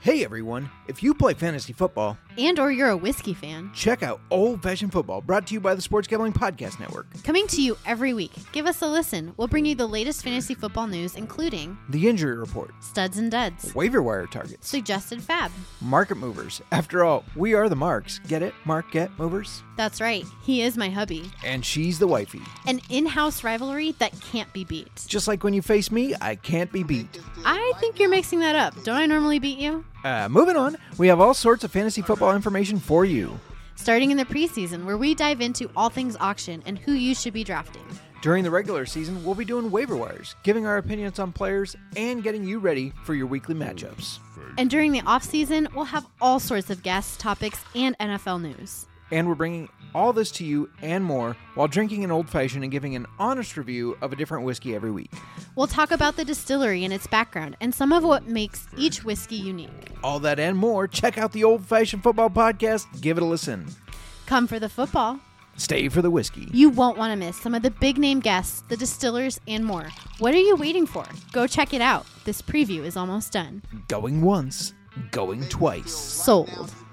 Hey everyone, if you play fantasy football, and or you're a whiskey fan. check out Old Fashioned Football, brought to you by the Sports Gambling Podcast Network. Coming to you every week. Give us a listen. We'll bring you the latest fantasy football news including The Injury Report, studs and duds, waiver wire targets, suggested fab. market movers. After all, we are the marks. Get it? Market movers? That's right. He is my hubby. And she's the wifey. An in-house rivalry that can't be beat. Just like when you face me, I can't be beat. I think you're mixing that up. Don't I normally beat you? Uh, moving on, we have all sorts of fantasy football information for you. Starting in the preseason where we dive into all things auction and who you should be drafting. During the regular season, we'll be doing waiver wires, giving our opinions on players, and getting you ready for your weekly matchups. And during the off-season, we'll have all sorts of guests, topics, and NFL news. And we're bringing all this to you and more while drinking an old fashioned and giving an honest review of a different whiskey every week. We'll talk about the distillery and its background and some of what makes each whiskey unique. All that and more, check out the Old Fashioned Football Podcast. Give it a listen. Come for the football. Stay for the whiskey. You won't want to miss some of the big name guests, the distillers, and more. What are you waiting for? Go check it out. This preview is almost done. Going once, going twice. Sold.